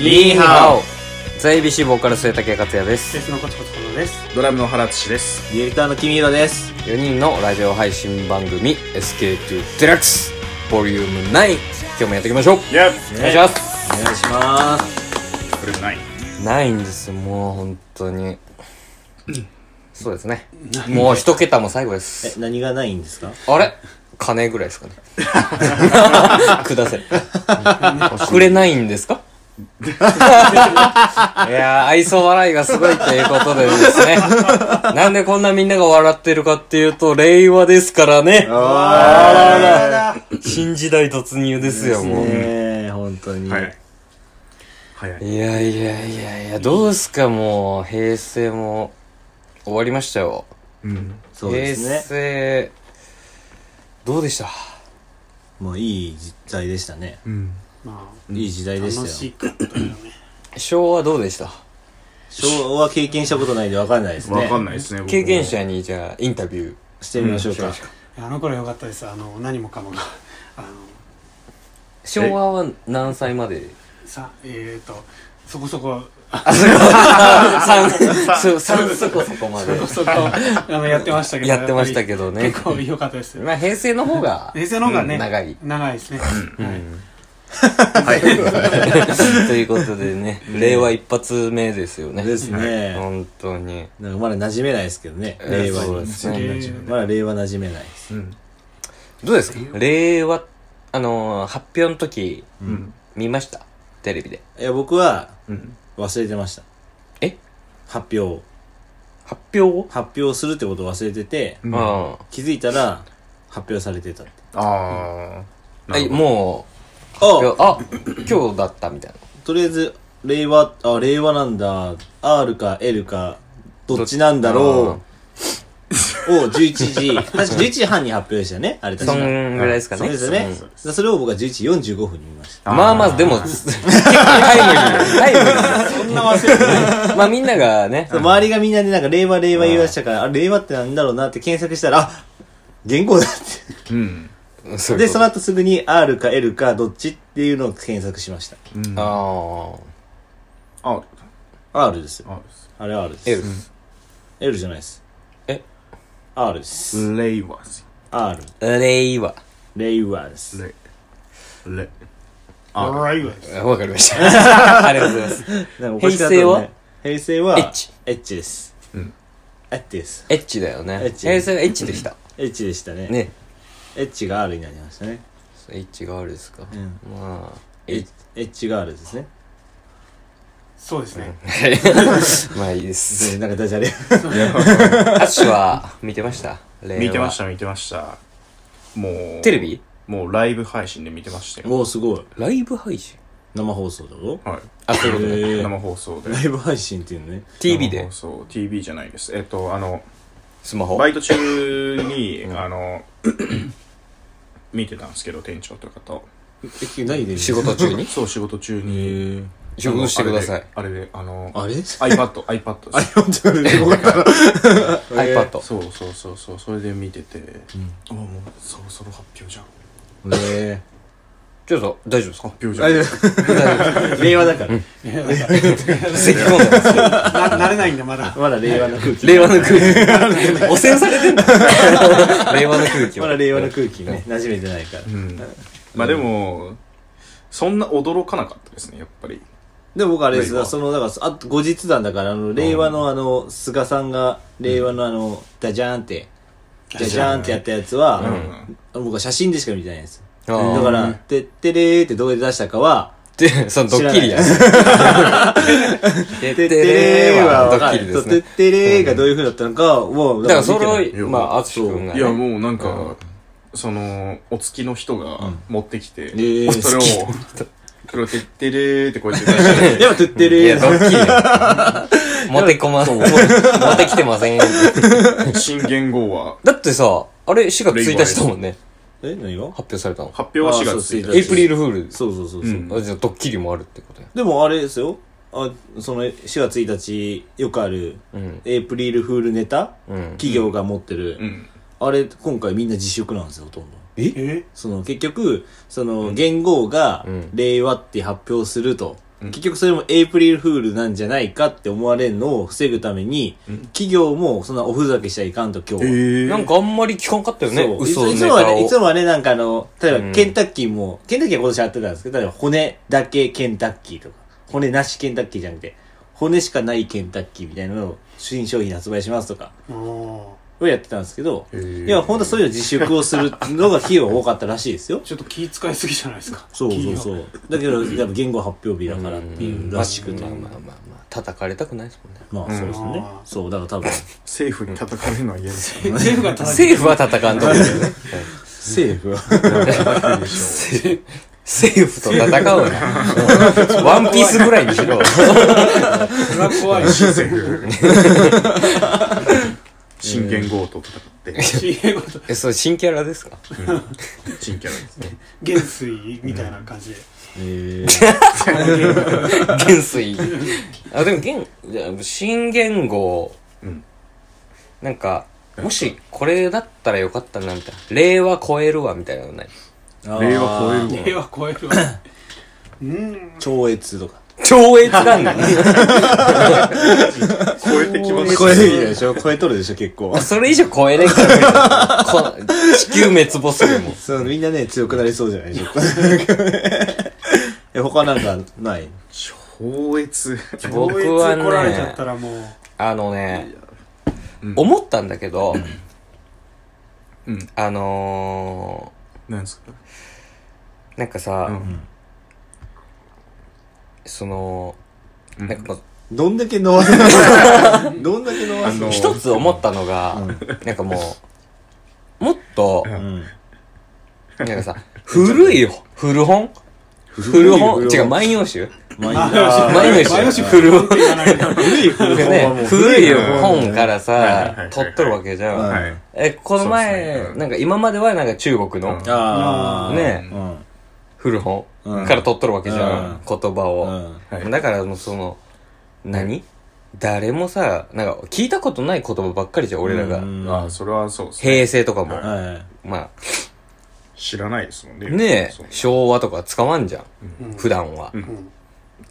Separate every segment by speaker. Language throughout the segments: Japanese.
Speaker 1: リーハオザ ABC ボーカル末竹克也です
Speaker 2: セスのコツコツコツです。
Speaker 3: ドラムの原地です。
Speaker 4: ディレクターの君色です。
Speaker 1: 4人のラジオ配信番組 SK2 デラックスボリューム9今日もやっていきましょう
Speaker 3: いや、
Speaker 1: お願いします
Speaker 4: お願いします。
Speaker 3: これない。
Speaker 1: ないんですもう本当にそうですねもう一桁も最後です
Speaker 4: え、何がないんですか
Speaker 1: あれ金ぐらいですか ねくださいくれないんですかいやー愛想笑いがすごいということでですねなんでこんなみんなが笑ってるかっていうと令和ですからね新時代突入ですよもう
Speaker 4: ねえ、本当に。
Speaker 3: はい。早い。
Speaker 1: いやいやいやいやどうですかもう平成も終わりましたよ
Speaker 3: うん。
Speaker 4: そうです
Speaker 1: 平
Speaker 4: ね。
Speaker 1: 成どうでした
Speaker 4: もういい時代でしたね。
Speaker 3: うん。
Speaker 2: まあ、
Speaker 4: いい時代で
Speaker 2: 楽
Speaker 4: した
Speaker 2: し
Speaker 4: よ。
Speaker 2: かったよね。
Speaker 1: 昭和どうでした
Speaker 4: 昭和経験したことないんで分かんないですね。
Speaker 3: わかんないですね。僕も
Speaker 1: 経験。者にじゃあインタビュー
Speaker 4: してみましょうか。
Speaker 2: あの頃良かったです。あの、何もかもが。 あの、
Speaker 1: 昭和は何歳まで
Speaker 2: さ、えーと、そこそこ、
Speaker 1: 三そ三そこそこまで
Speaker 2: そこそこ、あの、やってましたけど。
Speaker 1: やってましたけ
Speaker 2: ど
Speaker 1: どね
Speaker 2: 結構良かったです。
Speaker 1: まあ平成の方が
Speaker 2: 平成の方がね、
Speaker 1: うん長い
Speaker 2: 長いですね。
Speaker 1: ということでね令和一発目ですよね
Speaker 4: ですね。
Speaker 1: 本当に
Speaker 4: なんかまだ馴染めないですけどね。
Speaker 1: えー
Speaker 4: 令和
Speaker 1: そうで
Speaker 4: に。
Speaker 1: すね
Speaker 2: で
Speaker 4: まだ令和馴染めないです。
Speaker 3: うん。
Speaker 1: どうですか令和あのー発表の時
Speaker 3: うん。
Speaker 1: 見ましたテレビで
Speaker 4: いや、僕は
Speaker 3: うん。
Speaker 4: 忘れてました。
Speaker 1: え
Speaker 4: 発表を。
Speaker 1: 発表を
Speaker 4: 発表するってことを忘れてて、
Speaker 3: うん
Speaker 1: あ
Speaker 4: 気づいたら発表されてたって。
Speaker 3: あ
Speaker 1: あえ
Speaker 3: あ。
Speaker 1: もういやあ
Speaker 4: あ
Speaker 1: 今日だったみたい
Speaker 4: とりあえず、令和、あ、令和なんだ、R か L か、どっちなんだろう、を11時、確か11時半に発表でしたよね、あれ
Speaker 1: な
Speaker 4: 確
Speaker 1: そ
Speaker 4: か。
Speaker 1: んぐらいですか
Speaker 4: そう
Speaker 1: ね
Speaker 4: ですよね
Speaker 1: うん。
Speaker 4: それを僕は11時45分に見ました。
Speaker 1: まあまあ、でも、結構タイムリー。タイムリー。
Speaker 2: そんな忘れてない。
Speaker 1: まあみんながね、
Speaker 4: 周りがみんなでなんか令和令和言い出したから、あ、令和ってなんだろうなって検索したら、あ原稿だっ
Speaker 3: うん。
Speaker 1: そ
Speaker 4: て。
Speaker 1: うい
Speaker 4: で、
Speaker 1: うこ
Speaker 4: その後すぐに R か L かどっちっていうのを検索しました。
Speaker 3: うん。
Speaker 1: とああ
Speaker 3: R。
Speaker 4: R ですよ。
Speaker 3: あ、
Speaker 4: あれ R です。
Speaker 1: L。
Speaker 4: L じゃないです。
Speaker 1: え
Speaker 4: ?R です。
Speaker 3: レイワス。
Speaker 4: R。
Speaker 1: 令 和。
Speaker 4: 令和です。
Speaker 3: レ。レ。
Speaker 2: あら、いいわ。
Speaker 1: わかりました。ありがとうございます。
Speaker 4: なんかおかしかったよね平成は
Speaker 1: エッチ
Speaker 4: エッチです。
Speaker 3: うん。
Speaker 4: エッチです。
Speaker 1: エッチだよ
Speaker 4: エ
Speaker 1: ね。
Speaker 4: ッチ
Speaker 1: 平成はエッチでした。
Speaker 4: エッチでしたね。
Speaker 1: ね。
Speaker 4: エッチが R になりましたね。
Speaker 1: エッチがあるですか。
Speaker 4: うん。
Speaker 1: まあ、
Speaker 4: エ
Speaker 1: エ
Speaker 4: ッ
Speaker 1: ッ
Speaker 4: エッチが R ですね。
Speaker 2: そうですね。
Speaker 1: チ。まあいいです。
Speaker 4: でなんかダジャレ。
Speaker 1: アッシュは見てました令和
Speaker 3: 見てました、見てました。もう。
Speaker 1: テレビ
Speaker 3: もうライブ配信で見てましたよ。
Speaker 4: おお、すごい。
Speaker 1: ライブ配信
Speaker 4: 生放送だろ
Speaker 3: はい。
Speaker 1: あ、そういうことね。
Speaker 4: へー
Speaker 3: 生放送で。
Speaker 4: ライブ配信っていうのね。
Speaker 1: TV
Speaker 3: 生
Speaker 1: で
Speaker 3: 放。送。TV じゃないです。えっと、あの、
Speaker 1: スマホ
Speaker 3: バイト中に、あの、 見てたんですけど、店長とかと。
Speaker 4: え、何で
Speaker 1: 仕事 中に
Speaker 3: そう、仕事中
Speaker 4: へ
Speaker 3: に。
Speaker 4: ー
Speaker 1: 仕事してください。
Speaker 3: あれで、あれであの、
Speaker 4: あれ
Speaker 3: iPad、iPad です。
Speaker 4: 本当だね。僕は
Speaker 1: iPad。
Speaker 3: そうそうそうそう、それで見てて、あもうそろそろ発表じゃん。
Speaker 4: ね
Speaker 1: ちょっと、大丈夫ですか
Speaker 3: 発表じゃん。
Speaker 4: え。 令和だから。
Speaker 1: 咳込んでます。
Speaker 2: な、慣れないんだ、まだ。
Speaker 4: まだ令和の空 気。
Speaker 1: 令和の空気。汚染されてんだ。 令和の空気は
Speaker 4: まだ令和の空気ね。馴染めてないから。
Speaker 3: うん。まあでも、そんな驚かなかったですね、やっぱり。
Speaker 4: でも僕あれです
Speaker 3: 令和
Speaker 4: そのだからあと後日談だからあの令和のあの菅さんが令和のあのダジャーンってダジャーンってやったやつは、
Speaker 3: うん。
Speaker 4: 僕は写真でしか見てないんです
Speaker 1: あー
Speaker 4: だから「てってれー」ってどこで出したかは
Speaker 1: で、そのドッキリやね。
Speaker 4: 「
Speaker 1: て
Speaker 4: てってれー」は
Speaker 1: ド
Speaker 4: 分か
Speaker 1: ッキ
Speaker 4: る
Speaker 1: リ
Speaker 4: そ
Speaker 1: です
Speaker 4: うてっ
Speaker 1: ね。
Speaker 4: てれー」がどういう風だったのかはもう
Speaker 1: だからそ
Speaker 4: 見てない
Speaker 1: れを、まあ、あつしくんが
Speaker 3: いや、
Speaker 1: ね。
Speaker 3: もうなんか、その、お月の人が持ってきて、
Speaker 4: えー
Speaker 3: それを、これをてってれーってこうやって出して
Speaker 4: でも「てって
Speaker 1: い
Speaker 4: れ
Speaker 1: や、
Speaker 4: ー
Speaker 1: ドッキリ や。持ってこま、持ってきてません。
Speaker 3: 新元号は
Speaker 1: だってさ、あれ4月1日だもんね。」
Speaker 4: え何が
Speaker 1: 発表されたの。
Speaker 3: 発表は4
Speaker 4: あ
Speaker 3: 月
Speaker 4: そう
Speaker 3: 1
Speaker 4: そう
Speaker 3: 日
Speaker 1: エイプリルフール。
Speaker 4: そうそうそうそう、
Speaker 3: うん
Speaker 1: あじゃあドッキリもあるってことや。
Speaker 4: でもあれですよあその4月1日よくある
Speaker 1: うん。
Speaker 4: エイプリルフールネタ、
Speaker 1: うん。
Speaker 4: 企業が持ってる、
Speaker 3: うん
Speaker 4: あれ、今回みんな自粛なんですよ、ほとんど。
Speaker 2: え
Speaker 4: その、結局、その、元号が
Speaker 1: うん、
Speaker 4: 令和って発表すると。
Speaker 3: うん
Speaker 4: 結局それもエイプリルフールなんじゃないかって思われるのを防ぐために、企業もそんなおふざけしちゃいかんと今日は。
Speaker 1: なんかあんまり聞かんかったよね
Speaker 4: そう。
Speaker 1: 嘘
Speaker 4: い
Speaker 1: の
Speaker 4: ついつ
Speaker 1: ネ
Speaker 4: もは
Speaker 1: タ
Speaker 4: ね、い
Speaker 1: を
Speaker 4: つ。もはね、なんかあの、例え
Speaker 1: う
Speaker 4: ば
Speaker 1: ん
Speaker 4: ケンタッキーも、ケンタッキーは今年やってたんですけど、例えば骨だけケンタッキーとか、骨なしケンタッキーじゃなくて、骨しかないケンタッキーみたいなのを新商品発売しますとか、
Speaker 2: お
Speaker 4: をやってたんですけど、
Speaker 3: ー
Speaker 4: いや、ほんとそういう自粛をするのが費用が多かったらしいですよ
Speaker 2: ー。ちょっと気使いすぎじゃないですか。。
Speaker 4: そうそうそうう。だけど、やっぱ言語発表日だからっていうらしくて。
Speaker 1: まあまあまあまあまあ。叩かれたくないですもんね。
Speaker 4: まあ、そうですね。そう、だから多分、
Speaker 3: 政府に叩かれるのは嫌ですよ
Speaker 2: 政府が叩き
Speaker 1: 政府は叩かんと思うよね。
Speaker 4: 政府は。
Speaker 1: 政政府と戦うな。ワンピースぐらいにしろ。
Speaker 2: それは怖いし。
Speaker 3: 政府 真剣強盗と戦って
Speaker 2: 英語と
Speaker 1: え、それ新キャラですか
Speaker 3: 真キャラですね
Speaker 2: 元帥みたいな感じで。
Speaker 4: え
Speaker 1: 元帥。 あ、でも元、じゃあ新元号。
Speaker 3: うん
Speaker 1: なんか、もしこれだったらよかったな、みたいな。令和超えるわ、みたいなのない。
Speaker 4: ー
Speaker 3: 令和超え
Speaker 2: 令
Speaker 3: るわ
Speaker 2: 和超えるわ。うーん。
Speaker 4: 超越とか。
Speaker 1: 超越なんだね。
Speaker 3: 超えてきま
Speaker 4: 超え
Speaker 3: す
Speaker 4: るでしょ超えとるでしょ結構。
Speaker 1: それ以上超えれんから。こ地球滅亡するもん。
Speaker 4: そう、みんなね、強くなりそうじゃないちょ っと。え、他なんかない
Speaker 3: 超越
Speaker 1: 僕
Speaker 2: 超
Speaker 1: は
Speaker 2: 越来られちゃ
Speaker 1: ね
Speaker 2: った、らもう。
Speaker 1: あのね、
Speaker 3: うん
Speaker 1: 思ったんだけど、
Speaker 3: うん
Speaker 1: あの
Speaker 3: 何ですか
Speaker 1: ー、なんかさ、
Speaker 3: うん
Speaker 1: その、
Speaker 3: うん
Speaker 1: なんかこう
Speaker 4: どんだけ 飲ませるどんだけ飲ませ
Speaker 3: あ
Speaker 4: る
Speaker 3: の
Speaker 1: 一つ思ったのが、なんかもう、もっと、
Speaker 4: うん。
Speaker 1: なんかさ、古い、古本古本違う、万葉集
Speaker 4: まあいい
Speaker 2: あ
Speaker 1: 万葉
Speaker 2: 万葉
Speaker 1: 集
Speaker 2: 集
Speaker 1: 古本。
Speaker 2: って言わないで
Speaker 4: 古い古
Speaker 1: で
Speaker 4: 本はも
Speaker 1: ね
Speaker 4: う
Speaker 1: 古い本
Speaker 4: 本
Speaker 1: から
Speaker 3: はいはいはいは
Speaker 1: さ
Speaker 3: い、
Speaker 1: 取っとるわけじゃん。
Speaker 4: うん
Speaker 3: はい
Speaker 1: え、この前、
Speaker 3: そうですねうん
Speaker 1: なんか今まではなんか中国の
Speaker 3: うん
Speaker 4: ああ。
Speaker 1: ね
Speaker 4: うん。
Speaker 1: 古本
Speaker 4: うん
Speaker 1: から取っとるわけじゃん、
Speaker 4: うん
Speaker 1: 言葉を。
Speaker 4: うん
Speaker 3: はい
Speaker 1: だからもうその、何、誰もさ、なんか聞いたことない言葉ばっかりじゃん、俺らが。
Speaker 4: うん
Speaker 3: ああそれはそうですね
Speaker 1: 平成とかも。
Speaker 4: は
Speaker 1: ま
Speaker 3: 知らないですもん
Speaker 1: あ、
Speaker 3: ね
Speaker 1: ね
Speaker 3: そう
Speaker 1: え、昭和とか使わんじゃん、
Speaker 2: うん
Speaker 1: 普段は。
Speaker 3: うん
Speaker 2: うん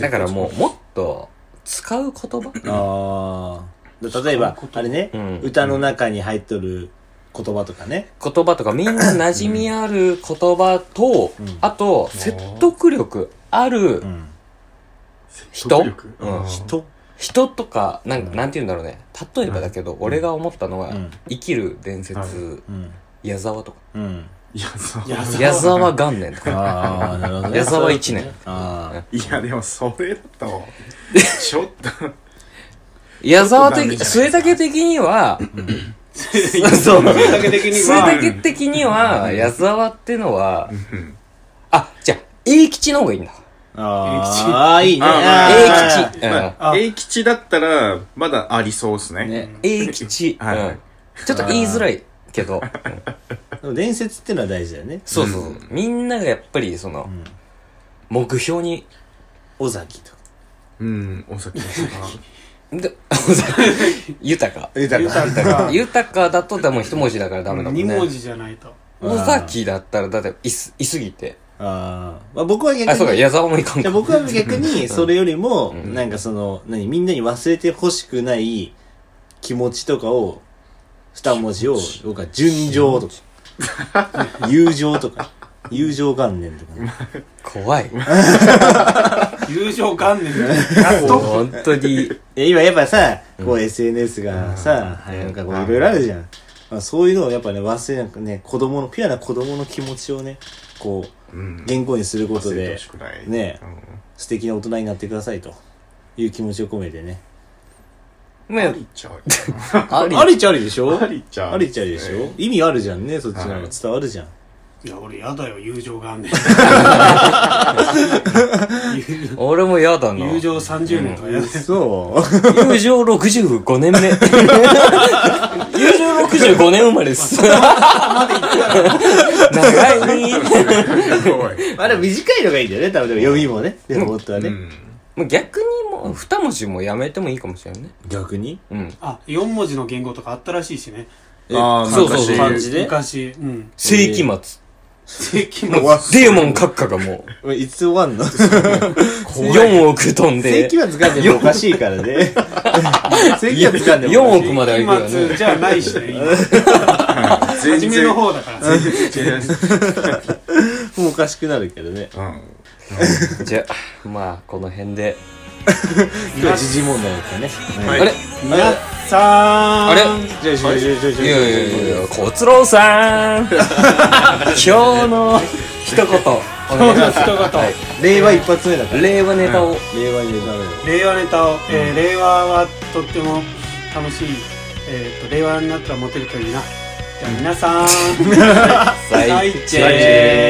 Speaker 1: だからもう、もっと、使う言葉
Speaker 4: い。ああ。例えば、あれね
Speaker 1: うん、
Speaker 4: 歌の中に入っとる言葉とかね。
Speaker 1: 言葉とかみんな馴染みある言葉と、
Speaker 4: ん
Speaker 1: あと、説得力ある
Speaker 4: うん。
Speaker 1: 人
Speaker 3: 説得力
Speaker 1: うん
Speaker 3: あー
Speaker 4: 人
Speaker 1: 人とか、なんか、なんて言うんだろうね。例えばだけど、俺が思ったのは、
Speaker 4: うん
Speaker 1: 生きる伝
Speaker 3: は
Speaker 1: 説、
Speaker 4: うん。
Speaker 1: 矢沢とか。
Speaker 4: うん。
Speaker 3: いやそう
Speaker 2: いや
Speaker 1: 矢沢元年とか。
Speaker 4: ああ、なるほどね。
Speaker 1: 矢沢一年。
Speaker 4: あ
Speaker 3: いやでもそれだとちょっと
Speaker 1: 矢沢的
Speaker 3: ちょっ、と
Speaker 1: 末竹的には、
Speaker 2: そう。それだけ的に
Speaker 1: 末
Speaker 2: は。
Speaker 1: 竹的には、矢沢ってのは、
Speaker 3: うん
Speaker 1: あ、じゃあ、永吉の方がいいんだ。
Speaker 4: あ。ああ、いいね。
Speaker 3: あーまあ
Speaker 4: あ
Speaker 1: 永
Speaker 4: ー
Speaker 1: 吉。うん
Speaker 3: まあ永吉だったらまだありそうですね
Speaker 4: ね。
Speaker 1: 永吉。う
Speaker 3: はい
Speaker 1: んちょっと言いづらいけど、うん
Speaker 4: でも伝説ってのは大事だよね。
Speaker 1: そうそうそう。みんながやっぱり、その、目標に、
Speaker 4: 尾崎とか。
Speaker 3: うんお酒とか
Speaker 1: で豊か。
Speaker 4: 豊か。
Speaker 2: 豊か
Speaker 1: 豊かだとでも一文字だからダメだもん
Speaker 2: 二
Speaker 1: ね。
Speaker 2: 文字じゃないと。
Speaker 1: 尾崎だったら、だって、いす、いすぎて。
Speaker 4: あーまあ、僕は逆に。
Speaker 1: あ、そうか、矢沢もいかん
Speaker 4: じ
Speaker 1: か
Speaker 4: ゃあ。僕は逆に、それよりも、なんかその、何、みんなに忘れてほしくない気持ちとかを、二文字を、僕は純情と か、友情とか、友情元年とかね。
Speaker 1: 怖い。
Speaker 2: 友情観念みたいな。
Speaker 1: 本当に。
Speaker 4: いや今やっぱさ、こう SNS がさ、はいなんかこういろいろあるじゃん。まあ、そういうのをやっぱね、忘れなくね、子供の、ピュアな子供の気持ちをね、こう、
Speaker 3: うん
Speaker 4: 言語にすること
Speaker 3: 忘れてほ
Speaker 4: で
Speaker 3: し、くない
Speaker 4: ね
Speaker 3: うん
Speaker 4: 素敵な大人になってくださいという気持ちを込めてね。
Speaker 1: ま
Speaker 3: ありちゃう
Speaker 1: あ、あり
Speaker 4: あ。りちゃありでしょ
Speaker 3: ありちゃう
Speaker 4: ありちゃうでしょ意味あるじゃんね、そっちの方が伝わるじゃん。
Speaker 2: いや、俺やだよ、友情観念。友情
Speaker 1: 俺も嫌だな。
Speaker 2: 友情30年とかやだよ。
Speaker 4: そう。
Speaker 1: 友情65年目。友情65年生まれです。長い。
Speaker 3: すごい
Speaker 4: まあでも短いのがいいんだよね、多分でも読みもね。でも本当は
Speaker 3: う
Speaker 4: ね。
Speaker 3: ん
Speaker 1: もう逆にもう、二文字もやめてもいいかもしれないね。
Speaker 4: 逆に
Speaker 1: うん。
Speaker 2: あ、四文字の言語とかあったらしいしね。
Speaker 3: あー
Speaker 1: そうそうそう
Speaker 3: 昔
Speaker 4: 漢字で
Speaker 2: 昔、うん。
Speaker 1: 世紀末。
Speaker 2: 世紀
Speaker 4: 終
Speaker 2: 末。
Speaker 4: わっ
Speaker 1: デーモン閣下がも
Speaker 4: いつ終わんの
Speaker 1: う、4億飛ん
Speaker 4: 正
Speaker 1: で、
Speaker 4: 規は掴んでもおかしいからね。正規は掴んで
Speaker 1: 4
Speaker 4: もおかしい。
Speaker 1: 億まではいくよ
Speaker 2: 世紀末
Speaker 1: ね。
Speaker 2: じゃないしね、今。初めの方だから。
Speaker 3: 然違う
Speaker 4: もうおかしくなるけどね。
Speaker 3: うん
Speaker 1: じゃあ、まあ、この辺で。
Speaker 4: 今日は時事問題だったね。
Speaker 3: は
Speaker 1: あ
Speaker 3: い
Speaker 1: れ
Speaker 2: 皆さん。
Speaker 1: あれ
Speaker 4: じゃあ、じゃあ、じゃあ、じゃあ、
Speaker 1: い
Speaker 4: じゃ
Speaker 1: や
Speaker 4: あ
Speaker 1: いやいやいや、小津郎さん今日の一言、お願いします。はい
Speaker 4: 令和一発目だから。
Speaker 1: 令和ネタを。
Speaker 4: 令和にダメだよ。
Speaker 2: 令和ネタを、えー令和はとっても楽しい、えー、と令和になったらモテるといいなじゃあ皆さん
Speaker 1: 最
Speaker 2: 最
Speaker 1: 低
Speaker 2: 低